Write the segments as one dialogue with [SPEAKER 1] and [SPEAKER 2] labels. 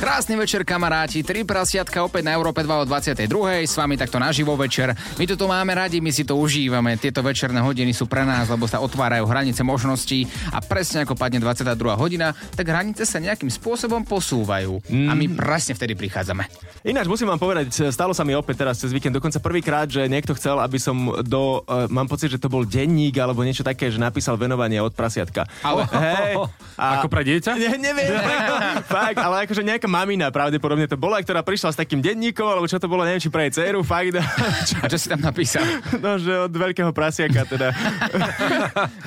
[SPEAKER 1] Krásny večer, kamaráti. Tri prasiatka opäť na Európe 2 o 22. S vami takto naživo večer. My to tu máme radi, my si to užívame. Tieto večerné hodiny sú pre nás, lebo sa otvárajú hranice možností a presne ako padne 22. hodina, tak hranice sa nejakým spôsobom posúvajú. A my presne vtedy prichádzame.
[SPEAKER 2] Ináč musím vám povedať, e, stalo sa mi opäť teraz cez víkend, dokonca prvýkrát, že niekto chcel, aby som do, uh, mám pocit, že to bol denník alebo niečo také, že napísal venovanie od prasiatka.
[SPEAKER 1] Ale-
[SPEAKER 2] Hej,
[SPEAKER 3] Ako pre dieťa?
[SPEAKER 2] Ne, neviem, prečo. fakt, ale akože nejaká mamina pravdepodobne to bola, ktorá prišla s takým denníkom, alebo čo to bolo, neviem, či pre jej dceru, fakt, čo,
[SPEAKER 1] A čo si tam napísal?
[SPEAKER 2] no, že od veľkého prasiaka teda.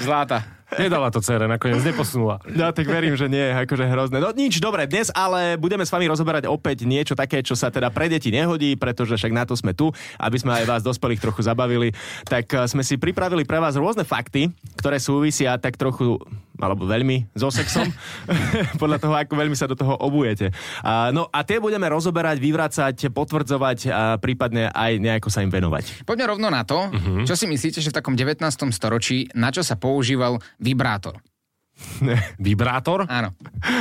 [SPEAKER 1] Zláta.
[SPEAKER 3] Nedala to cere, nakoniec neposunula.
[SPEAKER 2] No tak verím, že nie, akože hrozné. No nič, dobre, dnes ale budeme s vami rozoberať opäť niečo také, čo sa teda pre deti nehodí, pretože však na to sme tu, aby sme aj vás dospelých trochu zabavili. Tak eh, sme si pripravili pre vás rôzne fakty, ktoré súvisia tak trochu, alebo veľmi, so sexom, podľa toho, ako veľmi sa do toho obujete. A, no a tie budeme rozoberať, vyvracať, potvrdzovať a prípadne aj nejako sa im venovať.
[SPEAKER 1] Poďme rovno na to, uh-huh. čo si myslíte, že v takom 19. storočí, na čo sa používal vibrátor?
[SPEAKER 3] Vibrátor?
[SPEAKER 1] Áno.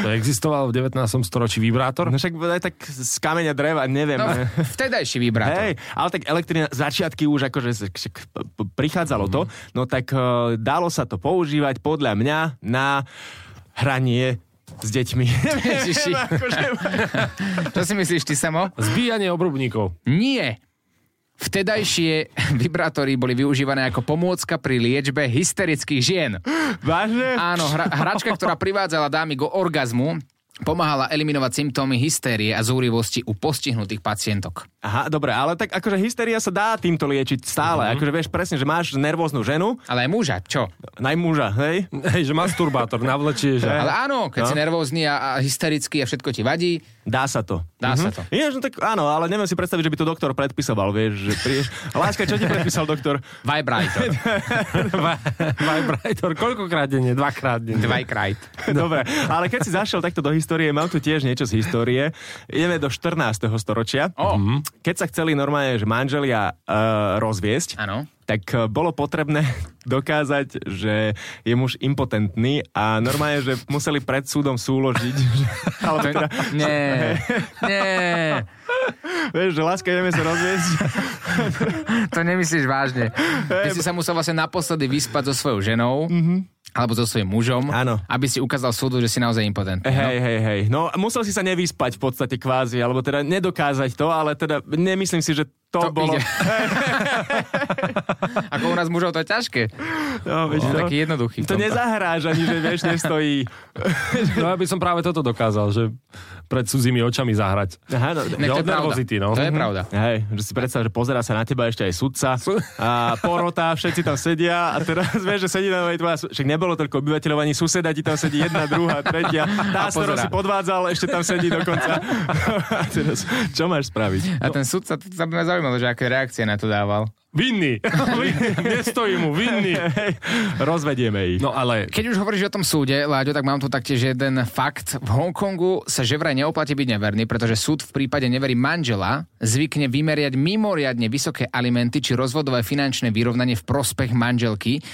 [SPEAKER 3] To existoval v 19. storočí vibrátor?
[SPEAKER 2] No však aj tak z kameňa dreva, neviem.
[SPEAKER 1] No, v- vtedajší vibrátor.
[SPEAKER 2] Hej, ale tak elektrina, začiatky už akože z- k- k- p- prichádzalo to, no tak e, dalo sa to používať podľa mňa na hranie s deťmi.
[SPEAKER 1] Ježiši.
[SPEAKER 2] akože,
[SPEAKER 1] Čo si myslíš ty, Samo?
[SPEAKER 3] Zbíjanie obrubníkov.
[SPEAKER 1] Nie. Vtedajšie vibrátory boli využívané ako pomôcka pri liečbe hysterických žien.
[SPEAKER 2] vážne?
[SPEAKER 1] Áno, hra, hračka, ktorá privádzala dámy k orgazmu, pomáhala eliminovať symptómy hystérie a zúrivosti u postihnutých pacientok.
[SPEAKER 2] Aha, dobre, ale tak akože hysteria sa dá týmto liečiť stále. Akože vieš presne, že máš nervóznu ženu,
[SPEAKER 1] Ale aj muža, čo?
[SPEAKER 2] aj muža, hej?
[SPEAKER 3] Hej, že masturbátor, navlečieš.
[SPEAKER 1] Ale
[SPEAKER 3] A...
[SPEAKER 1] áno, keď no. si nervózny a, a hysterický a všetko ti vadí,
[SPEAKER 2] Dá sa to.
[SPEAKER 1] Dá sa to.
[SPEAKER 2] Vieš, no tak áno, ale neviem si predstaviť, že by to doktor predpisoval, vieš, že prídeš... Láska, čo ti predpísal doktor?
[SPEAKER 1] vibrátor.
[SPEAKER 3] Vibrátor, koľkokrát denne? Dvakrát denne.
[SPEAKER 1] Dvajkrát.
[SPEAKER 2] Dobre, ale keď si zašiel takto do histórie, mám tu tiež niečo z histórie. Ideme do 14. storočia. Mhm.
[SPEAKER 1] O.
[SPEAKER 2] Keď sa chceli normálne, že manželia uh, rozviesť,
[SPEAKER 1] Áno.
[SPEAKER 2] tak eh, bolo potrebné dokázať, že je muž impotentný a normálne, že museli pred súdom súložiť. že- Alebo teda,
[SPEAKER 1] Nie, nie,
[SPEAKER 2] vieš, že láska, ideme sa rozviesť.
[SPEAKER 1] to nemyslíš vážne. Ty si sa musel vlastne naposledy vyspať so svojou ženou,
[SPEAKER 3] Mhm.
[SPEAKER 1] alebo so svojím mužom,
[SPEAKER 2] Áno.
[SPEAKER 1] aby si ukázal súdu, že si naozaj impotentný.
[SPEAKER 2] Hej, hej, hej. No, musel si sa nevyspať v podstate kvázi, alebo teda nedokázať to, ale teda nemyslím si, že
[SPEAKER 1] To
[SPEAKER 2] to, bolo...
[SPEAKER 1] ide. Ako u nás mužov to je ťažké.
[SPEAKER 2] No, vieš,
[SPEAKER 1] No,
[SPEAKER 2] to-
[SPEAKER 1] taký jednoduchý v
[SPEAKER 2] To
[SPEAKER 1] tomto.
[SPEAKER 2] nezahráš ani, že vieš, nestojí.
[SPEAKER 3] No ja by som práve toto dokázal, že pred cudzími očami zahrať.
[SPEAKER 2] Aha, no,
[SPEAKER 1] Ne, to
[SPEAKER 3] Ja od
[SPEAKER 1] je pravda.
[SPEAKER 3] nervozity, no.
[SPEAKER 1] To je pravda.
[SPEAKER 2] Hej, že si predstav, že pozera sa na teba ešte aj sudca a porota, všetci tam sedia a teraz vieš, že sedí tam aj tvoja, su- však nebolo toľko obyvateľov, ani suseda ti tam sedí jedna, druhá, tretia, tá,
[SPEAKER 1] A
[SPEAKER 2] s ktorou
[SPEAKER 1] pozerá.
[SPEAKER 2] si podvádzal, ešte tam sedí dokonca. A teraz, čo máš spraviť?
[SPEAKER 3] No.
[SPEAKER 1] A ten sudca, to sa by ma zaujímalo, že aké reakcie na to dával.
[SPEAKER 3] Vinný. Vinný. Nestojí mu, vinný.
[SPEAKER 2] Hej, rozvedieme ich.
[SPEAKER 3] No ale
[SPEAKER 1] Keď už hovoríš o tom súde, Láďo, tak mám tu taktiež jeden fakt. V Hongkongu sa že vraj neoplatí byť neverný, pretože súd v prípade nevery manžela zvykne vymeriať mimoriadne vysoké alimenty či rozvodové finančné vyrovnanie v prospech manželky.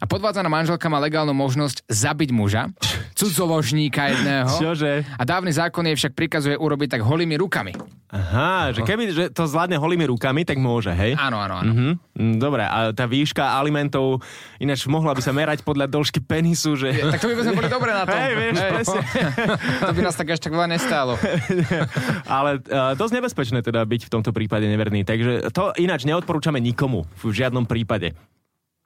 [SPEAKER 1] A podvádzaná manželka má legálnu možnosť zabiť muža, cudzoložníka jedného.
[SPEAKER 2] Čože?
[SPEAKER 1] A dávny zákon jej však prikazuje urobiť tak holými rukami.
[SPEAKER 2] Aha, že keby že to zvládne holými rukami, tak môže, hej?
[SPEAKER 1] Áno, áno, áno.
[SPEAKER 2] Mhm. Mm, Dobre, a tá výška alimentov ináč mohla by sa merať podľa dĺžky penisu, že...
[SPEAKER 1] Tak to by sme boli dobre na tom.
[SPEAKER 2] Mm. Hej, vieš, presne.
[SPEAKER 1] to by nás tak až tak veľa nestálo.
[SPEAKER 2] Ale uh, dosť nebezpečné teda byť v tomto prípade neverný. Takže to ináč neodporúčame nikomu v žiadnom prípade.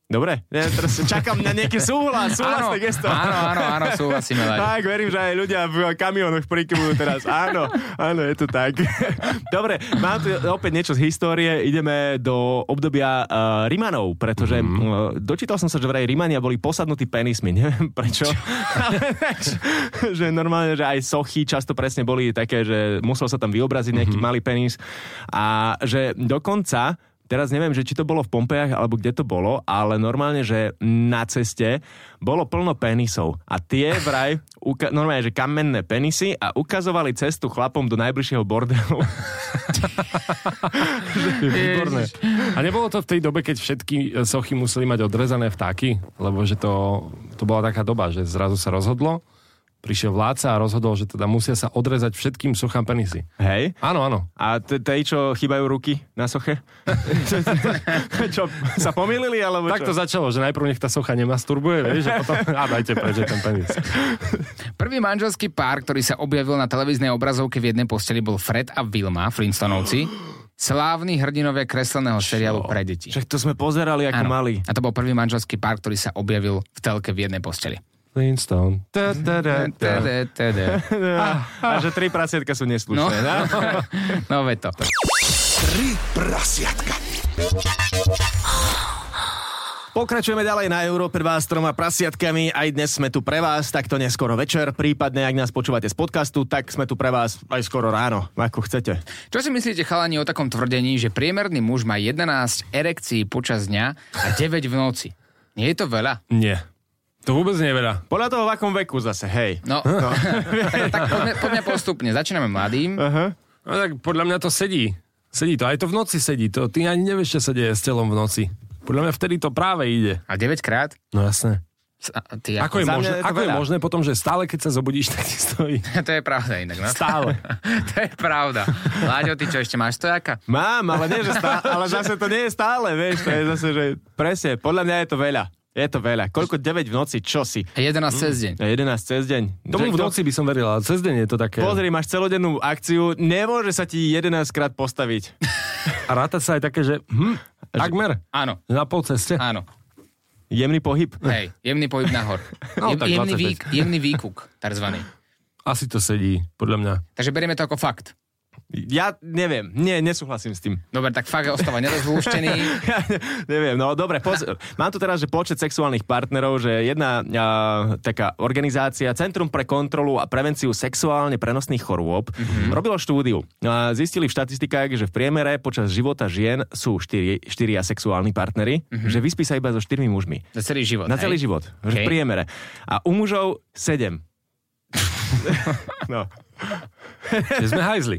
[SPEAKER 2] Dobre? Ja teraz čakám na nejaký súhlas, súhlasné gesto.
[SPEAKER 1] áno, áno, áno, súhlasíme, Láďo.
[SPEAKER 2] Tak, verím, že aj ľudia v kamionoch prikyvujú teraz. Áno, áno, je to tak. Dobre, mám tu opäť niečo z histórie. Ideme do obdobia uh, Rimanov, pretože mm. uh, dočítal som sa, že vraj Rimania boli posadnutí penismi. Neviem prečo. že normálne, že aj sochy často presne boli také, že musel sa tam vyobraziť nejaký malý penis. A že dokonca Teraz neviem, že či to bolo v Pompejach, alebo kde to bolo, ale normálne, že na ceste bolo plno penisov. A tie vraj, uka- normálne, že kamenné penisy a ukazovali cestu chlapom do najbližšieho bordelu.
[SPEAKER 3] Výborné. A nebolo to v tej dobe, keď všetky e, sochy museli mať odrezané vtáky? Lebo že to, to bola taká doba, že zrazu sa rozhodlo, prišiel vládca a rozhodol, že teda musia sa odrezať všetkým sochám penisy.
[SPEAKER 2] Hej?
[SPEAKER 3] Áno, áno.
[SPEAKER 2] A t- tej, čo chýbajú ruky na soche? čo, sa pomýlili, alebo
[SPEAKER 3] Tak to
[SPEAKER 2] čo?
[SPEAKER 3] začalo, že najprv nech tá socha nemasturbuje, vieš, a potom a dajte preč že ten penis.
[SPEAKER 1] Prvý manželský pár, ktorý sa objavil na televíznej obrazovke v jednej posteli, bol Fred a Vilma, Flintstonovci, slávni hrdinovia kresleného seriálu pre deti.
[SPEAKER 2] Však to sme pozerali ako
[SPEAKER 1] Áno.
[SPEAKER 2] mali.
[SPEAKER 1] A to bol prvý manželský pár, ktorý sa objavil v telke v jednej posteli.
[SPEAKER 3] Flintstone. Ta, ta, ta, ta.
[SPEAKER 1] Tede, tede.
[SPEAKER 2] A že tri prasietka sú
[SPEAKER 1] No,
[SPEAKER 2] neslušné. No.
[SPEAKER 1] no veď to.
[SPEAKER 4] Tri prasiatka.
[SPEAKER 2] Pokračujeme ďalej na Európe 2 s troma prasiatkami. Aj dnes sme tu pre vás, takto neskoro večer. Prípadne, ak nás počúvate z podcastu, tak sme tu pre vás aj skoro ráno, ako chcete.
[SPEAKER 1] Čo si myslíte, chalani, o takom tvrdení, že priemerný muž má 11 erekcií počas dňa a 9 v noci? Nie je to veľa?
[SPEAKER 3] Nie. To vôbec neveľa.
[SPEAKER 2] Podľa toho, v akom veku zase, hej.
[SPEAKER 1] No, no. tak poďme, poďme postupne. Začíname mladým.
[SPEAKER 3] No tak podľa mňa to sedí. Sedí to, aj to v noci sedí. To, ty ani nevieš, čo sa deje s telom v noci. Podľa mňa vtedy to práve ide.
[SPEAKER 1] A 9 krát?
[SPEAKER 3] No jasné.
[SPEAKER 1] S- a Ty,
[SPEAKER 3] Ako je,
[SPEAKER 2] Za mňa
[SPEAKER 3] možné,
[SPEAKER 2] je to
[SPEAKER 3] ako je
[SPEAKER 2] veľa.
[SPEAKER 3] možné potom, že stále, keď sa zobudíš, tak ti stojí?
[SPEAKER 1] To je pravda inak, no.
[SPEAKER 3] Stále.
[SPEAKER 1] to je pravda. Láďo, ty čo, ešte máš stojaka?
[SPEAKER 2] Mám, ale, nie, že stá, ale zase to nie je stále, vieš, to je zase, že presne, podľa mňa je to veľa. Je to veľa. Koľko 9 v noci, čo si?
[SPEAKER 1] 11 cez deň.
[SPEAKER 2] A 11 cez deň. Že
[SPEAKER 3] Tomu v
[SPEAKER 2] kto-
[SPEAKER 3] noci by som veril, ale cez deň je to také.
[SPEAKER 2] Pozri, máš celodennú akciu, nemôže sa ti 11 krát postaviť.
[SPEAKER 3] A ráta sa aj také, že hm, takmer.
[SPEAKER 1] Áno,
[SPEAKER 3] Na pol ceste.
[SPEAKER 1] áno.
[SPEAKER 2] Jemný pohyb.
[SPEAKER 1] Hej, jemný pohyb nahor.
[SPEAKER 3] No,
[SPEAKER 1] Jem-
[SPEAKER 3] tak
[SPEAKER 1] jemný,
[SPEAKER 3] 25.
[SPEAKER 1] výk, jemný výkuk, takzvaný.
[SPEAKER 3] Asi to sedí, podľa mňa.
[SPEAKER 1] Takže berieme to ako fakt.
[SPEAKER 2] Ja neviem, nie, nesúhlasím s tým.
[SPEAKER 1] Dobre, tak fakt ostáva nerozlúštený.
[SPEAKER 2] Ja ne- neviem, no dobre, poz- mám tu teraz, že počet sexuálnych partnerov, že jedna a, taká organizácia, Centrum pre kontrolu a prevenciu sexuálne prenosných chorôb,
[SPEAKER 1] Mhm.
[SPEAKER 2] mm-hmm. robilo štúdiu. A zistili v štatistikách, že v priemere počas života žien sú štyri, štyria sexuálni partnery, mm-hmm. že vyspí sa iba so štyrmi mužmi.
[SPEAKER 1] Na celý život.
[SPEAKER 2] Na celý
[SPEAKER 1] Mhm. hej?
[SPEAKER 2] život, okay. v
[SPEAKER 1] Okej.
[SPEAKER 2] priemere. A u mužov sedem. no.
[SPEAKER 3] Že sme hajzli.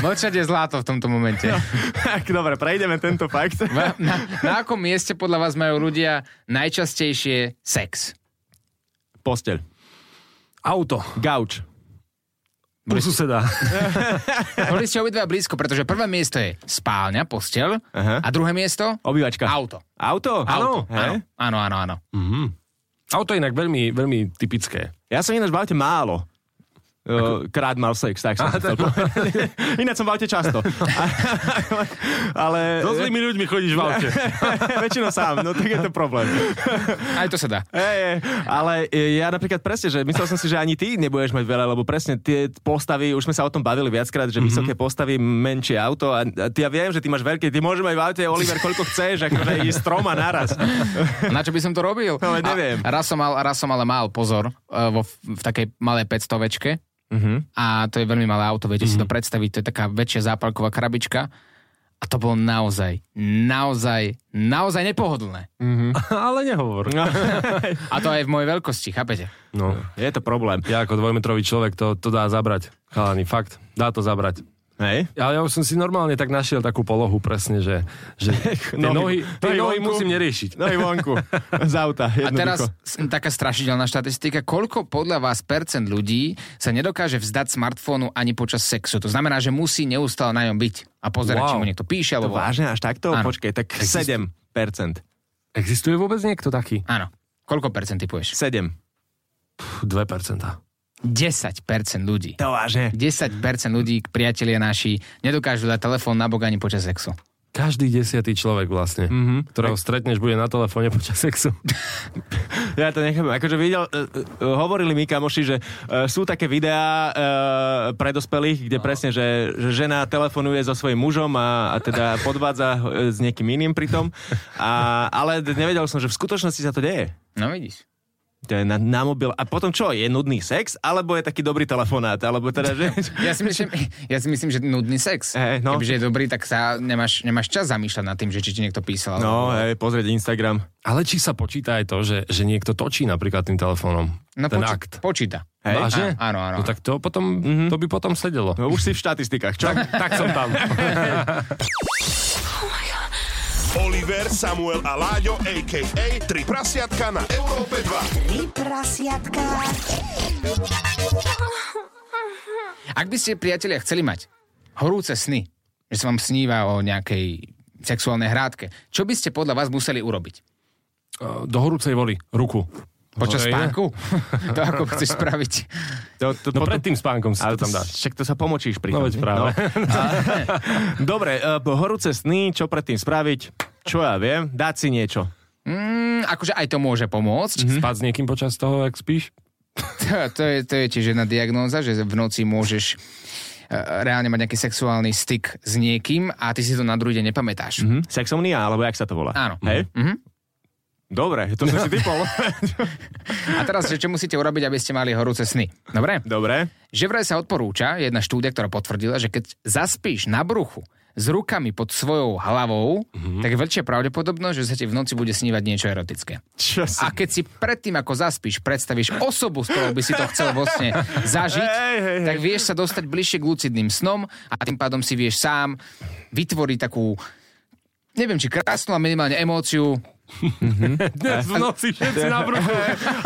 [SPEAKER 1] Mlčať je zlato v tomto momente.
[SPEAKER 2] No. Tak, dobre, prejdeme tento fakt.
[SPEAKER 1] Na, na, na akom mieste podľa vás majú ľudia najčastejšie sex?
[SPEAKER 2] Posteľ.
[SPEAKER 3] Auto.
[SPEAKER 2] Gauč.
[SPEAKER 3] U suseda.
[SPEAKER 1] Boli ste obidva blízko, pretože prvé miesto je spálňa, postel
[SPEAKER 2] Aha.
[SPEAKER 1] a druhé miesto
[SPEAKER 2] Obývačka.
[SPEAKER 1] auto.
[SPEAKER 2] Auto?
[SPEAKER 3] Áno,
[SPEAKER 2] Hej?
[SPEAKER 1] Áno, áno, áno, áno.
[SPEAKER 3] Auto je inak veľmi, veľmi typické.
[SPEAKER 2] Ja som ináč v aute málo. Ako... Krát mal sex, tak som to chcel povedať. Ináč som v aute často. Ale
[SPEAKER 3] So zlými ľuďmi chodíš v aute.
[SPEAKER 2] väčšinou sám, no tak je to problém.
[SPEAKER 1] Aj to sa dá.
[SPEAKER 2] Hey, ale e, ja napríklad presne, že myslel som si, že ani ty nebudeš mať veľa, lebo presne tie postavy, už sme sa o tom bavili viackrát,
[SPEAKER 3] Mhm.
[SPEAKER 2] že vysoké postavy, menšie auto a, a ty, ja viem, že ty máš veľké, ty môžeš mať v aute, Oliver, koľko chceš, akože ísť troma naraz.
[SPEAKER 1] Na čo by som to robil?
[SPEAKER 2] No, Ale neviem.
[SPEAKER 1] A, raz, som mal, raz som ale mal pozor e, vo, v takej malej 500 uh-huh.
[SPEAKER 2] Mhm.
[SPEAKER 1] a to je veľmi malé auto, viete uh-huh. si to predstaviť, to je taká väčšia zápalková krabička a to bolo naozaj, naozaj, naozaj nepohodlné.
[SPEAKER 3] Ale nehovor.
[SPEAKER 1] A to aj v mojej veľkosti, chápete?
[SPEAKER 3] No.
[SPEAKER 2] Je to problém.
[SPEAKER 3] Ja ako dvojmetrový človek to, to dá zabrať. Chalani, fakt. Dá to zabrať.
[SPEAKER 2] Hej?
[SPEAKER 3] Ja, ja už som si normálne tak našiel takú polohu presne, že, že tie nohy, tie nohy
[SPEAKER 2] vonku.
[SPEAKER 3] musím neriešiť.
[SPEAKER 2] Nohy vonku. No, Z auta,
[SPEAKER 1] A teraz
[SPEAKER 2] jednoducho.
[SPEAKER 1] s- taká strašidelná štatistika, koľko podľa vás percent ľudí sa nedokáže vzdať smartfónu ani počas sexu? To znamená, že musí neustále na ňom byť a pozerať, wow.
[SPEAKER 3] Wow.
[SPEAKER 1] či mu niekto píše
[SPEAKER 2] To
[SPEAKER 1] alebo volá.
[SPEAKER 2] vážne až takto?
[SPEAKER 1] Áno.
[SPEAKER 2] Počkej, tak 7%. 7.
[SPEAKER 3] Existuje vôbec niekto taký?
[SPEAKER 1] Áno. Koľko percent typuješ?
[SPEAKER 3] 2%.
[SPEAKER 1] 10% ľudí.
[SPEAKER 2] To vážne.
[SPEAKER 1] 10% ľudí, priatelia naši, nedokážu dať telefón na bok ani počas sexu.
[SPEAKER 3] Každý desiatý človek vlastne, mm-hmm. ktorého stretneš, bude na telefóne počas sexu.
[SPEAKER 2] Ja to nechápem. Akože videl, uh, hovorili mi kamoši, že uh, sú také videá uh, pre dospelých,
[SPEAKER 1] No.
[SPEAKER 2] kde presne, že, že žena telefonuje so svojím mužom a, a teda podvádza ho, e, s niekým iným pritom. A, ale nevedel som, že v skutočnosti sa to deje.
[SPEAKER 1] No vidíš.
[SPEAKER 2] To je na, na mobil. A potom čo? Je nudný sex? Alebo je taký dobrý telefonát? Alebo teda, že...
[SPEAKER 1] Ja si, myslím, ja si myslím, že nudný sex.
[SPEAKER 3] Eh,
[SPEAKER 2] Hej, no.
[SPEAKER 1] Kebyže je dobrý, tak sa nemáš, nemáš čas zamýšľať nad tým, že či ti niekto písal.
[SPEAKER 2] No, hej, pozrieť Instagram.
[SPEAKER 3] Ale či sa počíta aj to, že, že niekto točí napríklad tým telefónom
[SPEAKER 1] no
[SPEAKER 3] ten
[SPEAKER 1] poči-
[SPEAKER 3] akt?
[SPEAKER 1] počíta.
[SPEAKER 2] Hej.
[SPEAKER 3] Vážne?
[SPEAKER 1] Á, áno, áno.
[SPEAKER 3] No tak to, potom, mm-hmm. to by potom sedelo.
[SPEAKER 2] No už si v štatistikách, čo?
[SPEAKER 3] Tak som tam. e,
[SPEAKER 5] Oliver, Samuel a Láďo, a.k.a. Tri prasiatka na Európe 2.
[SPEAKER 6] Tri prasiatka.
[SPEAKER 1] Ak by ste, priatelia, chceli mať horúce sny, že sa vám sníva o nejakej sexuálnej hrádke, čo by ste podľa vás museli urobiť?
[SPEAKER 3] Do horúcej vody. Ruku.
[SPEAKER 1] Počas
[SPEAKER 3] Hore No, je?
[SPEAKER 1] spánku? to ako chceš spraviť?
[SPEAKER 2] To, to,
[SPEAKER 3] No pred tým spánkom si
[SPEAKER 2] Ale
[SPEAKER 3] to tam dáš.
[SPEAKER 2] Však to sa pomočíš pri tom,
[SPEAKER 3] No veď
[SPEAKER 2] nie?
[SPEAKER 3] práve.
[SPEAKER 2] Dobre, e, po horúce sny, čo predtým spraviť? Čo ja viem? Dať si niečo.
[SPEAKER 1] Mm, akože aj to môže pomôcť.
[SPEAKER 3] Spať s niekým počas toho, ak spíš?
[SPEAKER 1] To, to, je, to je tiež jedna diagnóza, že v noci môžeš e, reálne mať nejaký sexuálny styk s niekým a ty si to na druhý deň nepamätáš. Mm-hmm.
[SPEAKER 3] Mhm.
[SPEAKER 2] Hm? Sexomnia, alebo jak sa to volá?
[SPEAKER 1] Áno.
[SPEAKER 2] Hej?
[SPEAKER 1] Mhm.
[SPEAKER 2] Dobre, to som si typol.
[SPEAKER 1] A teraz, že čo musíte urobiť, aby ste mali horúce sny? Dobre?
[SPEAKER 2] Dobre.
[SPEAKER 1] Že vraj sa odporúča jedna štúdia, ktorá potvrdila, že keď zaspíš na bruchu s rukami pod svojou hlavou, mm-hmm. tak je väčšia pravdepodobnosť, že sa ti v noci bude snívať niečo erotické.
[SPEAKER 2] Čo si...
[SPEAKER 1] A keď si predtým, ako zaspíš, predstavíš osobu, s ktorou by si to chcel vlastne zažiť,
[SPEAKER 2] Hej, hej, hej.
[SPEAKER 1] tak vieš sa dostať bližšie k lucidným snom a tým pádom si vieš sám vytvoriť takú neviem, či krásnu a minimálne emóciu.
[SPEAKER 3] Dnes v noci všetci na bruchu.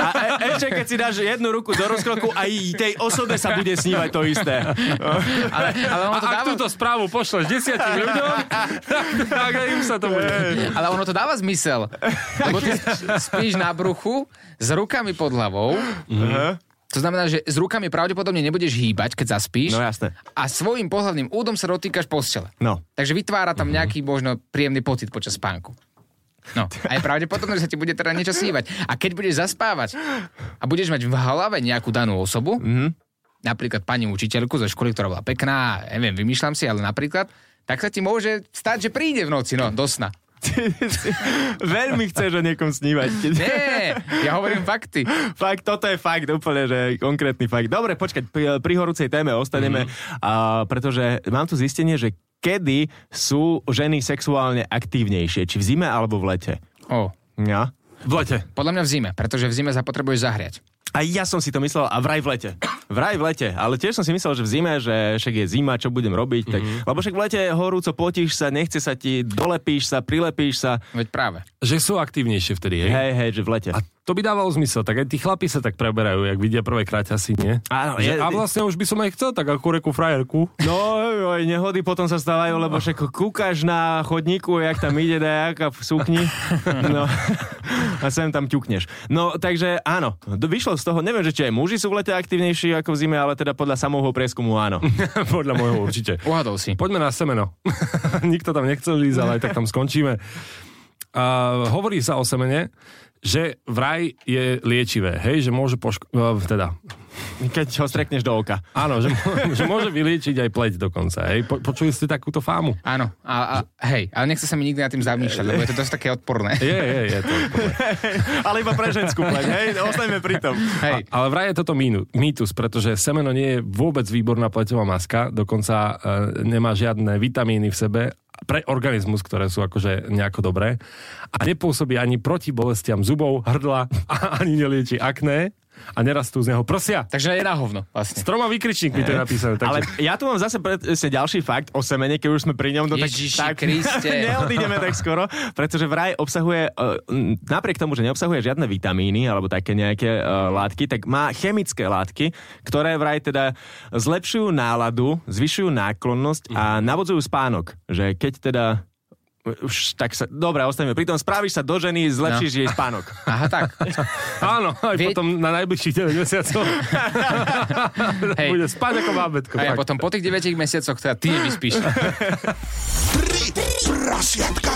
[SPEAKER 2] A e- ešte keď si dáš jednu ruku do rozkroku, aj tej osobe sa bude snívať to isté.
[SPEAKER 1] Ale, ale,
[SPEAKER 3] A
[SPEAKER 1] ono to
[SPEAKER 3] ak
[SPEAKER 1] dáva,
[SPEAKER 3] túto správu pošleš desiatim ľuďom, tak, tak aj im sa to bude.
[SPEAKER 1] ale ono to dáva zmysel. Lebo ty spíš na bruchu s rukami pod hlavou.
[SPEAKER 2] Mhm.
[SPEAKER 1] To znamená, že s rukami pravdepodobne nebudeš hýbať, keď zaspíš.
[SPEAKER 2] No jasné.
[SPEAKER 1] A svojim pohľavným údom sa dotýkaš postele.
[SPEAKER 2] No.
[SPEAKER 1] Takže vytvára tam nejaký možno príjemný pocit počas spánku. No, a je pravdepodobné, že sa ti bude teda niečo snívať. A keď budeš zaspávať a budeš mať v hlave nejakú danú osobu,
[SPEAKER 2] Mhm.
[SPEAKER 1] mm-hmm. napríklad pani učiteľku zo školy, ktorá bola pekná, neviem, vymýšľam si, ale napríklad, tak sa ti môže stať, že príde v noci, no, do sna.
[SPEAKER 2] Ty si- Veľmi chceš o niekom snívať.
[SPEAKER 1] Nie, ja hovorím fakty.
[SPEAKER 2] Fakt, toto je fakt, úplne, že konkrétny fakt. Dobre, počkať, pri, pri horúcej téme ostaneme,
[SPEAKER 1] Mhm.
[SPEAKER 2] mm-hmm. a, pretože mám tu zistenie, že kedy sú ženy sexuálne aktívnejšie, či v zime alebo v lete.
[SPEAKER 1] O,
[SPEAKER 2] Ja.
[SPEAKER 3] V lete.
[SPEAKER 1] podľa mňa v zime, pretože v zime sa potrebuješ zahriať.
[SPEAKER 2] A ja som si to myslel, a vraj v lete. Vraj v lete, ale tiež som si myslel, že v zime, že však je zima, čo budem robiť. Tak,
[SPEAKER 1] Mhm.
[SPEAKER 2] mm-hmm. Lebo však v lete je horúco potíš sa, nechce sa ti, dolepíš sa, prilepíš sa.
[SPEAKER 1] Veď práve.
[SPEAKER 3] Že sú aktívnejšie vtedy, hej?
[SPEAKER 2] Hej, hej, že v lete.
[SPEAKER 3] A to by dávalo zmysel, tak aj tí chlapí sa tak preberajú, jak vidia prvé kraťasy, nie?
[SPEAKER 2] Áno,
[SPEAKER 3] že,
[SPEAKER 2] je-
[SPEAKER 3] a vlastne už by som aj chcel tak ako reku frajerku.
[SPEAKER 2] No, oj, nehody potom sa stávajú, lebo však kúkaš na chodníku, jak tam ide nejaká v sukni. No, a sem tam ťukneš. No, takže áno, d- vyšlo z toho, neviem, že či aj muži sú v lete aktívnejší ako v zime, ale teda podľa samého prieskumu áno.
[SPEAKER 3] Podľa môjho určite.
[SPEAKER 1] Uhadol si.
[SPEAKER 3] Poďme na semeno. Nikto tam nechcel ísť, ale aj tak tam skončíme. A hovorí sa o semene, že vraj je liečivé, hej, že môže poško- eh, teda,
[SPEAKER 2] Keď ho strekneš do oka.
[SPEAKER 3] áno, že, mô- že môže vyliečiť aj pleť dokonca, hej. Po- počuli ste takúto fámu?
[SPEAKER 1] Áno, a, a hej, ale nechce sa mi nikdy nad tým zamýšľať, lebo je to dosť také odporné.
[SPEAKER 3] Je, je, je to.
[SPEAKER 2] Ale iba pre ženskú pleť, hej? Ostaňme pri tom.
[SPEAKER 1] Hej.
[SPEAKER 3] Ale vraj je toto mínu- mýtus, pretože semeno nie je vôbec výborná pleťová maska, dokonca e, nemá žiadne vitamíny v sebe pre organizmus, ktoré sú akože nejako dobré a nepôsobí ani proti bolestiam zubov, hrdla a ani nelieči akné a nerastú z neho prsia.
[SPEAKER 1] Takže je na hovno
[SPEAKER 3] S
[SPEAKER 1] vlastne.
[SPEAKER 3] troma výkričníkmi to je napísané. Takže...
[SPEAKER 2] Ale ja tu mám zase presne ďalší fakt o semene, keď už sme pri ňom. No tak,
[SPEAKER 1] Ježiši
[SPEAKER 2] tak,
[SPEAKER 1] Kriste.
[SPEAKER 2] neodídeme tak skoro, pretože vraj obsahuje, eh, m, napriek tomu, že neobsahuje žiadne vitamíny alebo také nejaké eh, látky, tak má chemické látky, ktoré vraj teda zlepšujú náladu, zvyšujú náklonnosť a navodzujú spánok. Že keď teda už, tak sa, dobre, ostaneme pri tom, spravíš sa do ženy, zlepšíš jej spánok.
[SPEAKER 1] Aha, tak.
[SPEAKER 3] Áno, aj
[SPEAKER 1] Vie-
[SPEAKER 3] potom na najbližších 9 mesiacov
[SPEAKER 1] Hej.
[SPEAKER 3] bude spať ako bábetko.
[SPEAKER 1] A ja
[SPEAKER 3] fakt.
[SPEAKER 1] potom po tých 9 mesiacoch teda ty nevyspíš.
[SPEAKER 4] Tri prasiatka.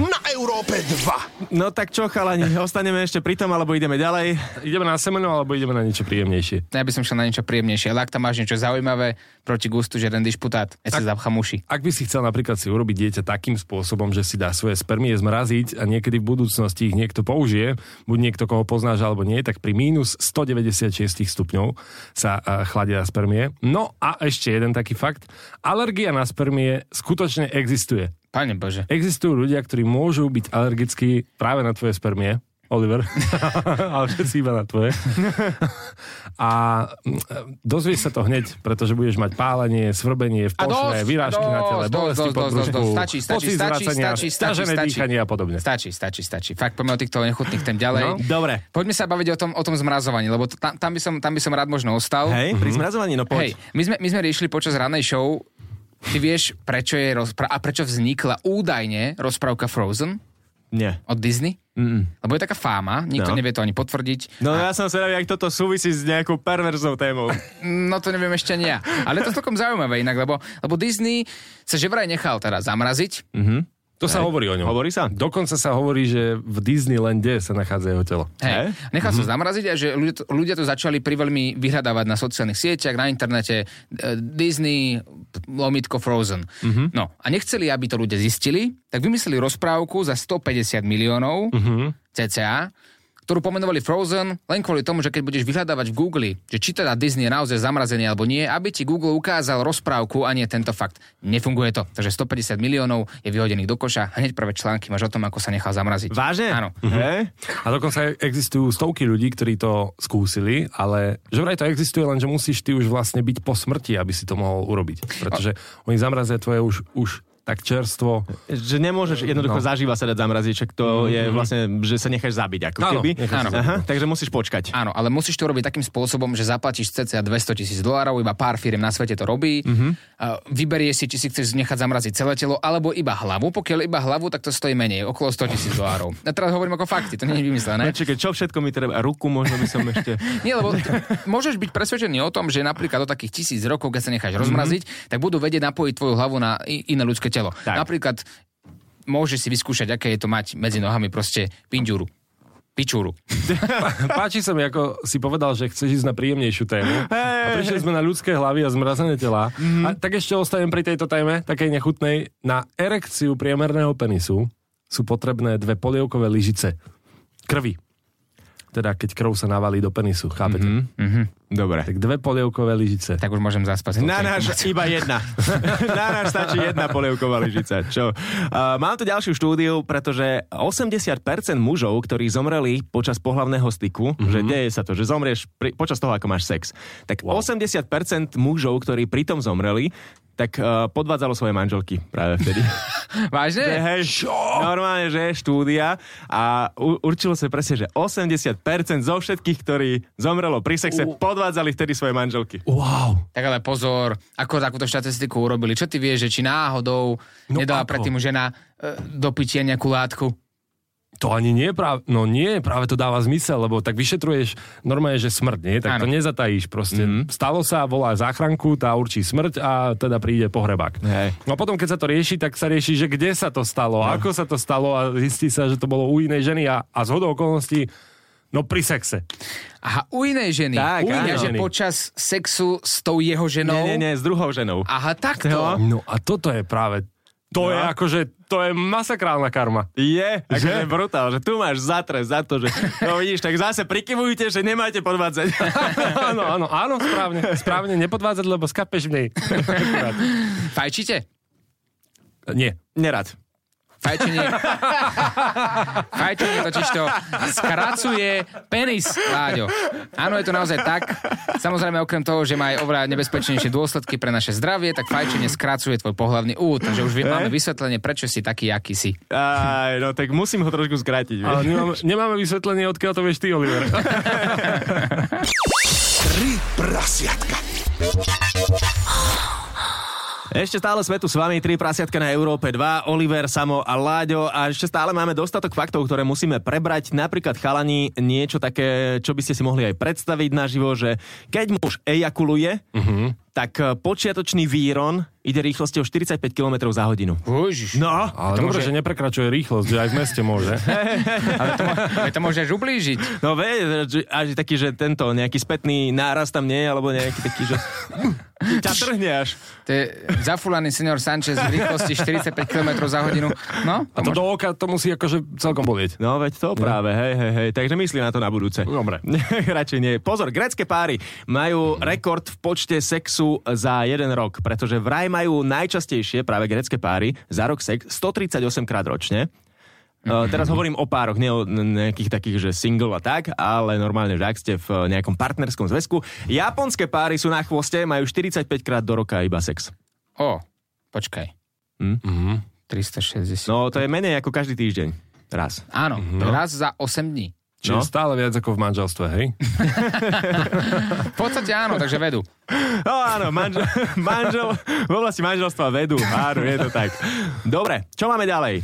[SPEAKER 5] Na Európe
[SPEAKER 4] Európe 2.
[SPEAKER 2] No tak čo, chalani, ostaneme ešte pri tom, alebo ideme ďalej.
[SPEAKER 3] Ideme na semeno, alebo ideme na niečo príjemnejšie?
[SPEAKER 1] Ja by som šiel na niečo príjemnejšie, ale ak tam máš niečo zaujímavé, proti gustu, že jeden disputát, ja si zapcham uši.
[SPEAKER 3] Ak by si chcel napríklad si urobiť dieťa takým spôsobom, že si dá svoje spermie zmraziť a niekedy v budúcnosti ich niekto použije, buď niekto, koho poznáš alebo nie, tak pri mínus 196 stupňov sa a, chladia spermie. No a ešte jeden taký fakt. Alergia na spermie skutočne existuje.
[SPEAKER 1] Pane Bože.
[SPEAKER 3] Existujú ľudia, ktorí môžu byť alergickí práve na tvoje spermie. Oliver, ale všetci iba na tvoje. A mm, dozvieš sa to hneď, pretože budeš mať pálenie, svrbenie v
[SPEAKER 1] A
[SPEAKER 3] pošle,
[SPEAKER 1] dosť,
[SPEAKER 3] vyrážky na tele,
[SPEAKER 1] dosť,
[SPEAKER 3] bolesti
[SPEAKER 1] dosť,
[SPEAKER 3] pod
[SPEAKER 1] dosť,
[SPEAKER 3] brúškou,
[SPEAKER 1] dosť, stačí, stačí,
[SPEAKER 3] pocit
[SPEAKER 1] stačí, stačí,
[SPEAKER 3] zvracania,
[SPEAKER 1] stačí,
[SPEAKER 3] stiažené
[SPEAKER 1] stačí.
[SPEAKER 3] dýchanie a podobne.
[SPEAKER 1] Stačí, stačí, stačí. Fakt, poďme o týchto nechutných tém ďalej.
[SPEAKER 3] No.
[SPEAKER 2] Dobre.
[SPEAKER 1] Poďme sa baviť o tom, o tom zmrazovaní, lebo to, tam, tam, by som, tam by som rád možno ostal.
[SPEAKER 2] Hej, pri zmrazovaní, no
[SPEAKER 1] Hej,
[SPEAKER 2] poď.
[SPEAKER 1] my sme, my sme riešili počas ranej show, ty vieš, prečo je rozpra- a prečo vznikla údajne rozprávka Frozen
[SPEAKER 2] Nie.
[SPEAKER 1] od Disney? Mm. Lebo je taká fáma, nikto
[SPEAKER 2] No.
[SPEAKER 1] nevie to ani potvrdiť.
[SPEAKER 2] No ja som zvedavý, ak toto súvisí s nejakou perverznou témou.
[SPEAKER 1] No to neviem ešte ani ja. Ale je to celkom zaujímavé inak, lebo, lebo Disney sa že vraj nechal teda zamraziť.
[SPEAKER 3] To sa hovorí o ňom.
[SPEAKER 2] Hovorí sa?
[SPEAKER 3] Dokonca sa hovorí, že v Disneylande sa nachádza jeho telo.
[SPEAKER 1] Hej. Nechal sa zamraziť a že ľudia to, ľudia to začali pri veľmi vyhľadávať na sociálnych sieťach, na internete, e, Disney, lomitko Frozen. No a nechceli, aby to ľudia zistili, tak vymysleli rozprávku za 150 miliónov cca, ktorú pomenovali Frozen len kvôli tomu, že keď budeš vyhľadávať v Google, že či teda Disney je naozaj zamrazený alebo nie, aby ti Google ukázal rozprávku a nie tento fakt. Nefunguje to, takže 150 miliónov je vyhodených do koša, hneď prvé články máš o tom, ako sa nechal zamraziť.
[SPEAKER 2] Vážne?
[SPEAKER 1] Áno.
[SPEAKER 2] Hej?
[SPEAKER 3] A dokonca e- existujú stovky ľudí, ktorí to skúsili, ale že vraj to existuje, len že musíš ty už vlastne byť po smrti, aby si to mohol urobiť. Pretože oni zamrazia tvoje už, už tak čerstvo.
[SPEAKER 2] Že nemôžeš jednoducho
[SPEAKER 3] No.
[SPEAKER 2] zažíva sa dať zamraziť, však to je vlastne, že sa necháš zabiť ako
[SPEAKER 3] Áno,
[SPEAKER 2] keby.
[SPEAKER 3] necháš
[SPEAKER 1] sa
[SPEAKER 2] Aha, takže musíš počkať.
[SPEAKER 1] Áno, ale musíš to robiť takým spôsobom, že zaplatíš cca 200 tisíc dolárov, iba pár firm na svete to robí.
[SPEAKER 2] Mhm.
[SPEAKER 1] Mm-hmm. Vyberie si, či si chceš nechať zamraziť celé telo, alebo iba hlavu. Pokiaľ iba hlavu, tak to stojí menej, okolo 100 tisíc dolárov. A teraz hovorím ako fakty, to nie je vymyslené.
[SPEAKER 2] No, čakaj, čo všetko mi treba? Ruku možno by som ešte...
[SPEAKER 1] Nie, lebo t- môžeš byť presvedčený o tom, že napríklad do takých tisíc rokov, keď sa necháš
[SPEAKER 2] Mhm.
[SPEAKER 1] rozmraziť, mm-hmm. tak budú vedieť napojiť tvoju hlavu na i- iné ľudské telo. Tak.
[SPEAKER 2] Tak.
[SPEAKER 1] Napríklad môžeš si vyskúšať, aké je to mať medzi nohami proste pindúru. Pičúru.
[SPEAKER 3] Páči sa mi, ako si povedal, že chceš ísť na príjemnejšiu tému. A prišli sme na ľudské hlavy a zmrazené tela. A tak ešte ostanem pri tejto téme, takej nechutnej. Na erekciu priemerného penisu sú potrebné dve polievkové lyžice krvi. Teda keď krv sa navalí do penisu, chápete?
[SPEAKER 2] Dobre.
[SPEAKER 3] Tak dve polievkové lyžice.
[SPEAKER 1] Tak už môžem zaspať. s touto
[SPEAKER 2] Na náš
[SPEAKER 1] informáciou.
[SPEAKER 2] iba jedna. Na náš stačí jedna polievková lyžica. Čo? Uh, mám tu ďalšiu štúdiu, pretože 80% mužov, ktorí zomreli počas pohlavného styku, mm-hmm. že deje sa to, že zomrieš pri, počas toho, ako máš sex, tak wow. 80% mužov, ktorí pritom zomreli, tak uh, podvádzalo svoje manželky práve vtedy.
[SPEAKER 1] Vážne?
[SPEAKER 2] Že, hej, normálne, že je štúdia a u- určilo sa presne, že 80% zo všetkých, ktorí zomrelo pri sexe, podvádzali vtedy svoje manželky.
[SPEAKER 3] Wow.
[SPEAKER 1] Tak ale pozor, ako takúto štatistiku urobili. Čo ty vieš, že či náhodou no
[SPEAKER 3] No
[SPEAKER 1] nedala
[SPEAKER 3] ako?
[SPEAKER 1] predtým žena e, do pitia nejakú látku?
[SPEAKER 3] To ani nie je práve, no nie, práve to dáva zmysel, lebo tak vyšetruješ normálne, že smrť, nie? Tak
[SPEAKER 1] Áno.
[SPEAKER 3] to nezatajíš proste. Mm-hmm. Stalo sa, volá záchranku, tá určí smrť a teda príde pohrebák.
[SPEAKER 2] Hej.
[SPEAKER 3] No potom, keď sa to rieši, tak sa rieši, že kde sa to stalo, no. ako sa to stalo a zistí sa, že to bolo u inej ženy a, a z hodou okolností, no pri sexe.
[SPEAKER 1] Aha, u inej ženy.
[SPEAKER 2] Tak,
[SPEAKER 1] u inej,
[SPEAKER 2] áno.
[SPEAKER 1] že počas sexu s tou jeho ženou.
[SPEAKER 2] Nie, nie, nie, s druhou ženou.
[SPEAKER 1] Aha, takto.
[SPEAKER 2] Jo.
[SPEAKER 3] No a toto je práve,
[SPEAKER 2] No.
[SPEAKER 3] to no. je akože, to je masakrálna karma.
[SPEAKER 2] Je, akože
[SPEAKER 3] Že?
[SPEAKER 2] je brutál, že tu máš zatres za to, že no vidíš, tak zase prikyvujte, že nemáte podvádzať.
[SPEAKER 3] áno, áno, áno, správne, správne, nepodvádzať, lebo skapeš v nej. Akurát.
[SPEAKER 1] Fajčíte?
[SPEAKER 3] nie.
[SPEAKER 2] Nerad.
[SPEAKER 1] Fajčenie. Fajčenie totiž to skracuje penis, Láďo. Áno, je to naozaj tak. Samozrejme, okrem toho, že má aj oveľa nebezpečnejšie dôsledky pre naše zdravie, tak fajčenie skracuje tvoj pohlavný úd. Takže už
[SPEAKER 2] Eh?
[SPEAKER 1] vie- máme vysvetlenie, prečo si taký, aký si.
[SPEAKER 2] Aj, no tak musím ho trošku skrátiť.
[SPEAKER 3] Ale
[SPEAKER 2] Vieš?
[SPEAKER 3] nemáme, nemáme vysvetlenie, odkiaľ to vieš ty, Oliver.
[SPEAKER 4] Tri prasiatka.
[SPEAKER 2] Ešte stále sme tu s vami, tri prasiatka na Európe 2, Oliver, Samo a Láďo a ešte stále máme dostatok faktov, ktoré musíme prebrať. Napríklad chalani, niečo také, čo by ste si mohli aj predstaviť naživo, že keď muž ejakuluje, uh-huh. tak eh, počiatočný výron ide rýchlosťou 45 km za hodinu.
[SPEAKER 1] Božiš.
[SPEAKER 2] No,
[SPEAKER 3] Ale dobre, že neprekračuje rýchlosť, že aj v meste môže.
[SPEAKER 1] Ale to môžeš ublížiť.
[SPEAKER 2] no vie, že- až je taký, že tento nejaký spätný náraz tam nie je, alebo nejaký taký, že ťa trhne až.
[SPEAKER 1] To je zafulaný senior Sanchez v rýchlosti 45 km za hodinu. No,
[SPEAKER 3] A to do oka to musí akože celkom bolieť.
[SPEAKER 2] No veď to práve, hej, hej, hej. Takže myslí na to na budúce.
[SPEAKER 3] Dobre.
[SPEAKER 2] Radšej nie. Pozor, grecké páry majú rekord v počte sexu za jeden rok, pretože vraj majú najčastejšie práve grecké páry za rok sex 138 krát ročne. Uh, teraz hovorím o pároch, nie o n- nejakých takých, že single a tak, ale normálne, že ak ste v eh, nejakom partnerskom zväzku. Japonské páry sú na chvoste, majú 45 krát do roka iba sex.
[SPEAKER 1] O, počkaj.
[SPEAKER 2] Hm?
[SPEAKER 1] Mm-hmm. 360.
[SPEAKER 2] No to je menej ako každý týždeň. Raz.
[SPEAKER 1] Áno,
[SPEAKER 3] Mhm.
[SPEAKER 1] raz za 8 dní.
[SPEAKER 2] No.
[SPEAKER 3] Čiže stále viac ako v manželstve, hej?
[SPEAKER 1] V podstate áno, takže vedú.
[SPEAKER 2] No áno, manžel, manžel, v oblasti manželstva vedú. Áno, je to tak. Dobre, čo máme ďalej?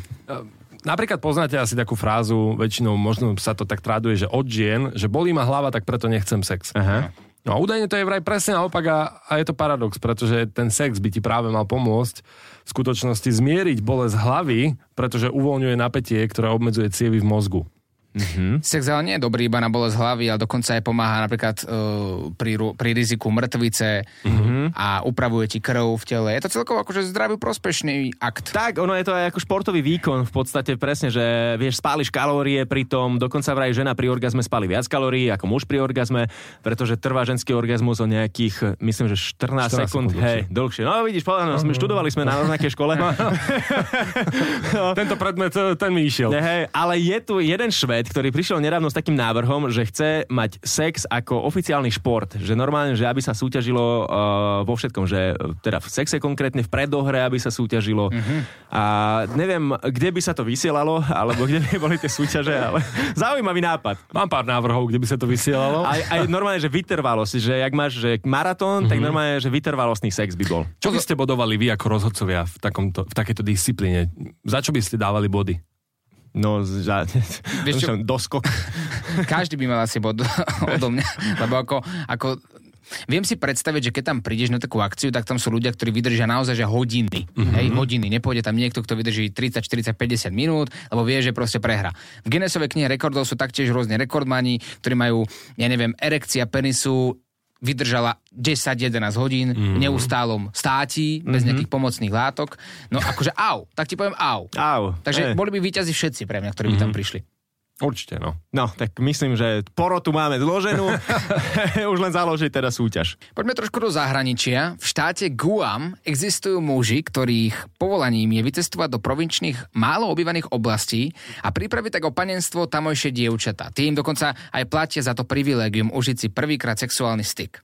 [SPEAKER 3] Napríklad poznáte asi takú frázu, väčšinou možno sa to tak traduje, že od žien, že bolí ma hlava, tak preto nechcem sex.
[SPEAKER 2] Aha.
[SPEAKER 3] No a údajne to je vraj presne naopak a, a je to paradox, pretože ten sex by ti práve mal pomôcť v skutočnosti zmieriť bolesť hlavy, pretože uvoľňuje napätie, ktoré obmedzuje cievy v mozgu. Hm?
[SPEAKER 1] Sex ale nie je dobrý iba na bolesť hlavy, ale dokonca aj pomáha napríklad uh, pri, ru- pri riziku mŕtvice
[SPEAKER 3] Mhm.
[SPEAKER 1] a upravuje ti krv v tele. Je to celkovo akože zdravý prospešný akt.
[SPEAKER 2] Tak, ono je to aj ako športový výkon v podstate presne, že vieš, spáliš kalórie pri tom, dokonca vraj žena pri orgazme spáli viac kalórií ako muž pri orgazme, pretože trvá ženský orgazmus o nejakých, myslím, že 14,
[SPEAKER 3] 14 sekúnd
[SPEAKER 2] sekúnd, hej, dlhšie. No vidíš, povedal, no, sme študovali sme na rovnakej škole. No.
[SPEAKER 3] Tento predmet, e, ten mi išiel.
[SPEAKER 2] Ne, hej, ale je tu jeden šved, ktorý prišiel nedávno s takým návrhom, že chce mať sex ako oficiálny šport. Že normálne, že aby sa súťažilo uh, vo všetkom, že eh, teda v sexe konkrétne, v predohre, aby sa súťažilo.
[SPEAKER 1] Mhm.
[SPEAKER 2] A neviem, kde by sa to vysielalo, alebo kde by boli tie súťaže, ale zaujímavý nápad.
[SPEAKER 3] Mám pár návrhov, kde by sa to
[SPEAKER 1] No.
[SPEAKER 3] vysielalo.
[SPEAKER 2] Aj, aj normálne, že vytrvalosť, že ak máš že
[SPEAKER 1] Mhm.
[SPEAKER 2] maratón, tak normálne, že vytrvalostný sex by bol.
[SPEAKER 3] Čo by ste bodovali vy ako rozhodcovia v, takomto, v takejto disciplíne? Za čo by ste dávali body?
[SPEAKER 2] No, za,
[SPEAKER 1] Vieš čo?
[SPEAKER 2] doskok.
[SPEAKER 1] Každý by mal asi bod odo mňa, lebo ako, ako Viem si predstaviť, že keď tam prídeš na takú akciu, tak tam sú ľudia, ktorí vydržia naozaj že hodiny. Mm-hmm. Hej, hodiny. Nepôjde tam niekto, kto vydrží 30, 40, 50 minút, lebo vie, že proste prehra. V Guinnessovej knihe rekordov sú taktiež rôzne rekordmani, ktorí majú, ja neviem, erekcia penisu vydržala 10-11 hodín mm-hmm. v neustálom státi, bez nejakých pomocných látok. No akože au, tak ti poviem au.
[SPEAKER 2] Au.
[SPEAKER 1] Takže
[SPEAKER 2] hej.
[SPEAKER 1] boli by víťazi všetci pre mňa, ktorí by tam prišli.
[SPEAKER 3] Určite, no.
[SPEAKER 2] No, tak myslím, že porotu máme zloženú. Už len založiť teda súťaž.
[SPEAKER 1] Poďme trošku do zahraničia. V štáte Guam existujú muži, ktorých povolaním je vycestovať do provinčných málo obývaných oblastí a pripraviť tak o panenstvo tamojšie dievčatá. Tým dokonca aj platia za to privilégium užiť si prvýkrát sexuálny styk.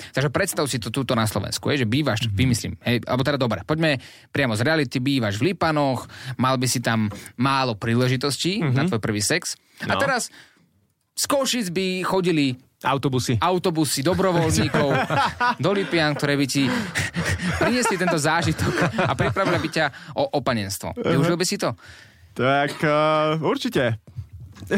[SPEAKER 1] Takže predstav si to túto na Slovensku, je, že bývaš, vymyslím, hej, alebo teda dobre, poďme priamo z reality, bývaš v Lipanoch, mal by si tam málo príležitostí na tvoj prvý sex. A
[SPEAKER 2] No.
[SPEAKER 1] teraz z Košic by chodili
[SPEAKER 2] Autobusy.
[SPEAKER 1] autobusy dobrovoľníkov do Lipian, ktoré by ti priniesli tento zážitok a pripravili by ťa o opanenstvo. Využil by si to?
[SPEAKER 2] Tak uh, určite.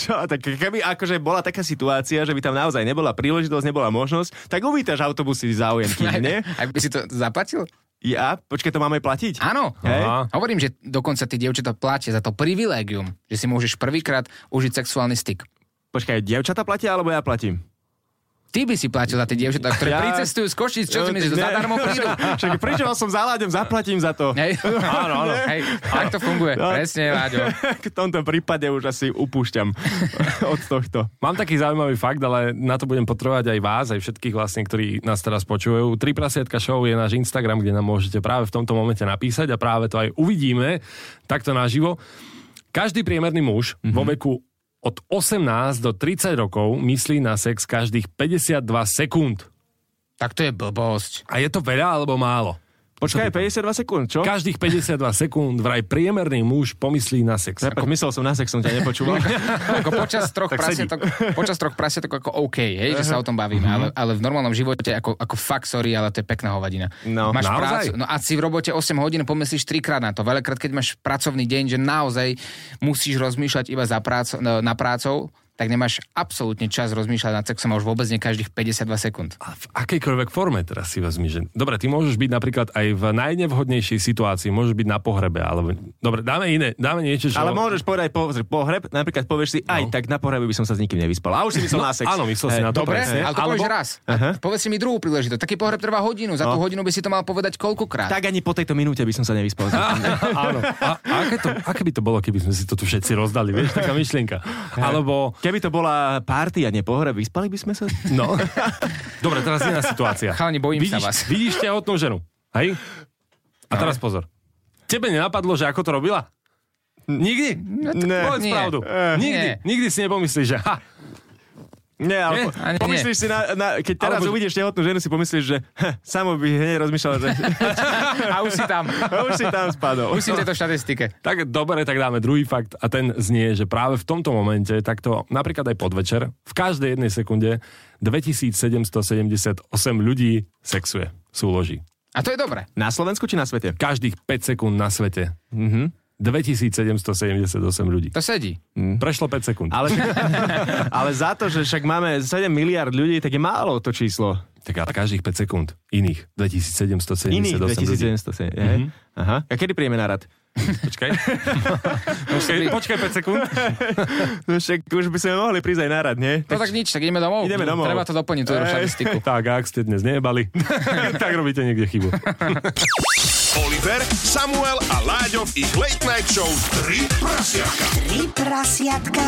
[SPEAKER 2] Čo, tak keby akože bola taká situácia, že by tam naozaj nebola príležitosť, nebola možnosť, tak uvítaš autobusy záujemky,
[SPEAKER 1] Aj,
[SPEAKER 2] nie?
[SPEAKER 1] aj by si to zaplatil?
[SPEAKER 2] Ja? Počkaj, to máme platiť?
[SPEAKER 1] Áno.
[SPEAKER 2] Hej.
[SPEAKER 3] Aha.
[SPEAKER 1] Hovorím, že dokonca tie dievčatá platia za to privilégium, že si môžeš prvýkrát užiť sexuálny styk.
[SPEAKER 2] Počkaj, dievčata platia, alebo ja platím?
[SPEAKER 1] Ty by si platil za tie dievčatá, ktoré
[SPEAKER 2] Ja-
[SPEAKER 1] pricestujú z Košíc, čo si
[SPEAKER 2] No,
[SPEAKER 1] myslíš, že
[SPEAKER 2] ne.
[SPEAKER 1] zadarmo prídu?
[SPEAKER 2] Však prečo som za Láďom, zaplatím za to.
[SPEAKER 1] Hej. Áno, áno. Hej, tak to funguje.
[SPEAKER 2] No.
[SPEAKER 1] Presne, Láďo.
[SPEAKER 2] v tomto prípade už asi upúšťam od tohto.
[SPEAKER 3] Mám taký zaujímavý fakt, ale na to budem potrebovať aj vás, aj všetkých vlastne, ktorí nás teraz počujú. Tri prasiatka show je náš Instagram, kde nám môžete práve v tomto momente napísať a práve to aj uvidíme takto naživo. Každý priemerný muž mm-hmm. vo veku od 18 do 30 rokov myslí na sex každých 52 sekúnd.
[SPEAKER 1] Tak to je blbosť.
[SPEAKER 3] A je to veľa alebo málo?
[SPEAKER 2] Počkaj, 52 sekúnd, čo?
[SPEAKER 3] Každých 52 sekúnd vraj priemerný muž pomyslí na sex.
[SPEAKER 2] Prepač, myslel som na sex, som ťa nepočúval.
[SPEAKER 1] Ako počas troch
[SPEAKER 2] Tak sedí. Mhm.
[SPEAKER 1] prasietok, počas troch prasietok ako OK, hej, že sa o tom bavíme, ale, ale v normálnom živote ako, ako fakt, sorry, ale to je pekná hovadina.
[SPEAKER 2] No,
[SPEAKER 1] máš
[SPEAKER 3] naozaj?
[SPEAKER 1] prácu, no a si v robote 8 hodín pomyslíš trikrát na to. Veľakrát, keď máš pracovný deň, že naozaj musíš rozmýšľať iba za prác, no, na prácou, tak nemáš absolútne čas rozmýšľať nad sexom a už vôbec nie každých 52 sekúnd.
[SPEAKER 3] A v akejkoľvek forme teraz si vezmi, že... Dobre, ty môžeš byť napríklad aj v najnevhodnejšej situácii, môžeš byť na pohrebe, alebo... Dobre, dáme iné, dáme niečo, čo...
[SPEAKER 2] Ale môžeš povedať pozri, pohreb, napríklad povieš si, aj tak na pohrebe by som sa s nikým nevyspal. A už si myslel na sex.
[SPEAKER 3] Áno, myslel si na to.
[SPEAKER 1] Dobre,
[SPEAKER 3] presne.
[SPEAKER 1] ale to povieš raz. A Povedz si mi druhú príležitosť. Taký pohreb trvá hodinu, za tú hodinu by si to mal povedať koľkokrát.
[SPEAKER 2] No. Tak ani po tejto minúte by som sa nevyspal.
[SPEAKER 3] Áno. A, a aké, to, aké by to bolo, keby sme si to tu všetci rozdali, vieš, taká myšlienka. Alebo...
[SPEAKER 2] Keby to bola party a nie pohreb, vyspali by sme sa?
[SPEAKER 3] No. Dobre, teraz iná situácia.
[SPEAKER 1] Chalani, bojím sa
[SPEAKER 3] vidíš,
[SPEAKER 1] vás.
[SPEAKER 3] Vidíš tehotnú ženu, hej? A teraz pozor. Tebe nenapadlo, že ako to robila? Nikdy?
[SPEAKER 1] No
[SPEAKER 2] Ne.
[SPEAKER 3] Povedz
[SPEAKER 1] nie.
[SPEAKER 3] pravdu.
[SPEAKER 2] Eh,
[SPEAKER 3] nikdy,
[SPEAKER 1] nie.
[SPEAKER 3] nikdy si nepomyslíš, že ha,
[SPEAKER 2] Nie,
[SPEAKER 3] Nie?
[SPEAKER 2] ale po,
[SPEAKER 1] Ani nie.
[SPEAKER 2] pomyslíš si na, na, keď teraz
[SPEAKER 3] Alebo-
[SPEAKER 2] uvidíš tehotnú ženu, si pomyslíš, že heh, samo by hneď rozmýšľal, že
[SPEAKER 1] A už si tam.
[SPEAKER 2] už si tam spadol.
[SPEAKER 1] Musím tieto štatistike.
[SPEAKER 3] tak dobre, tak dáme druhý fakt a ten znie, že práve v tomto momente, takto napríklad aj podvečer, v každej jednej sekunde 2778 ľudí sexuje, súloží.
[SPEAKER 1] A to je dobré.
[SPEAKER 2] Na Slovensku či na svete?
[SPEAKER 3] Každých 5 sekúnd na svete.
[SPEAKER 1] Mhm.
[SPEAKER 3] Mm-hmm. 2778 ľudí.
[SPEAKER 1] To sedí.
[SPEAKER 3] Prešlo 5 sekúnd.
[SPEAKER 2] Ale, ale za to, že však máme 7 miliard ľudí, tak je málo to číslo.
[SPEAKER 3] Tak ale každých 5 sekúnd. Iných. 2778
[SPEAKER 2] Iných
[SPEAKER 3] ľudí.
[SPEAKER 2] 2700. Mm-hmm. Aha. A kedy príjeme na rad?
[SPEAKER 3] Počkaj. počkaj, počkaj 5 sekúnd.
[SPEAKER 2] No však už by sme mohli prísť aj na rad, nie?
[SPEAKER 1] No tak nič, tak ideme domov.
[SPEAKER 2] Ideme domov.
[SPEAKER 1] Treba to doplniť, tú
[SPEAKER 2] Ej.
[SPEAKER 1] štatistiku.
[SPEAKER 3] Tak, a ak ste dnes nejebali, tak robíte niekde chybu.
[SPEAKER 5] Oliver, Samuel a Láďov ich Late Night Show 3 prasiatka.
[SPEAKER 6] Tri prasiatka.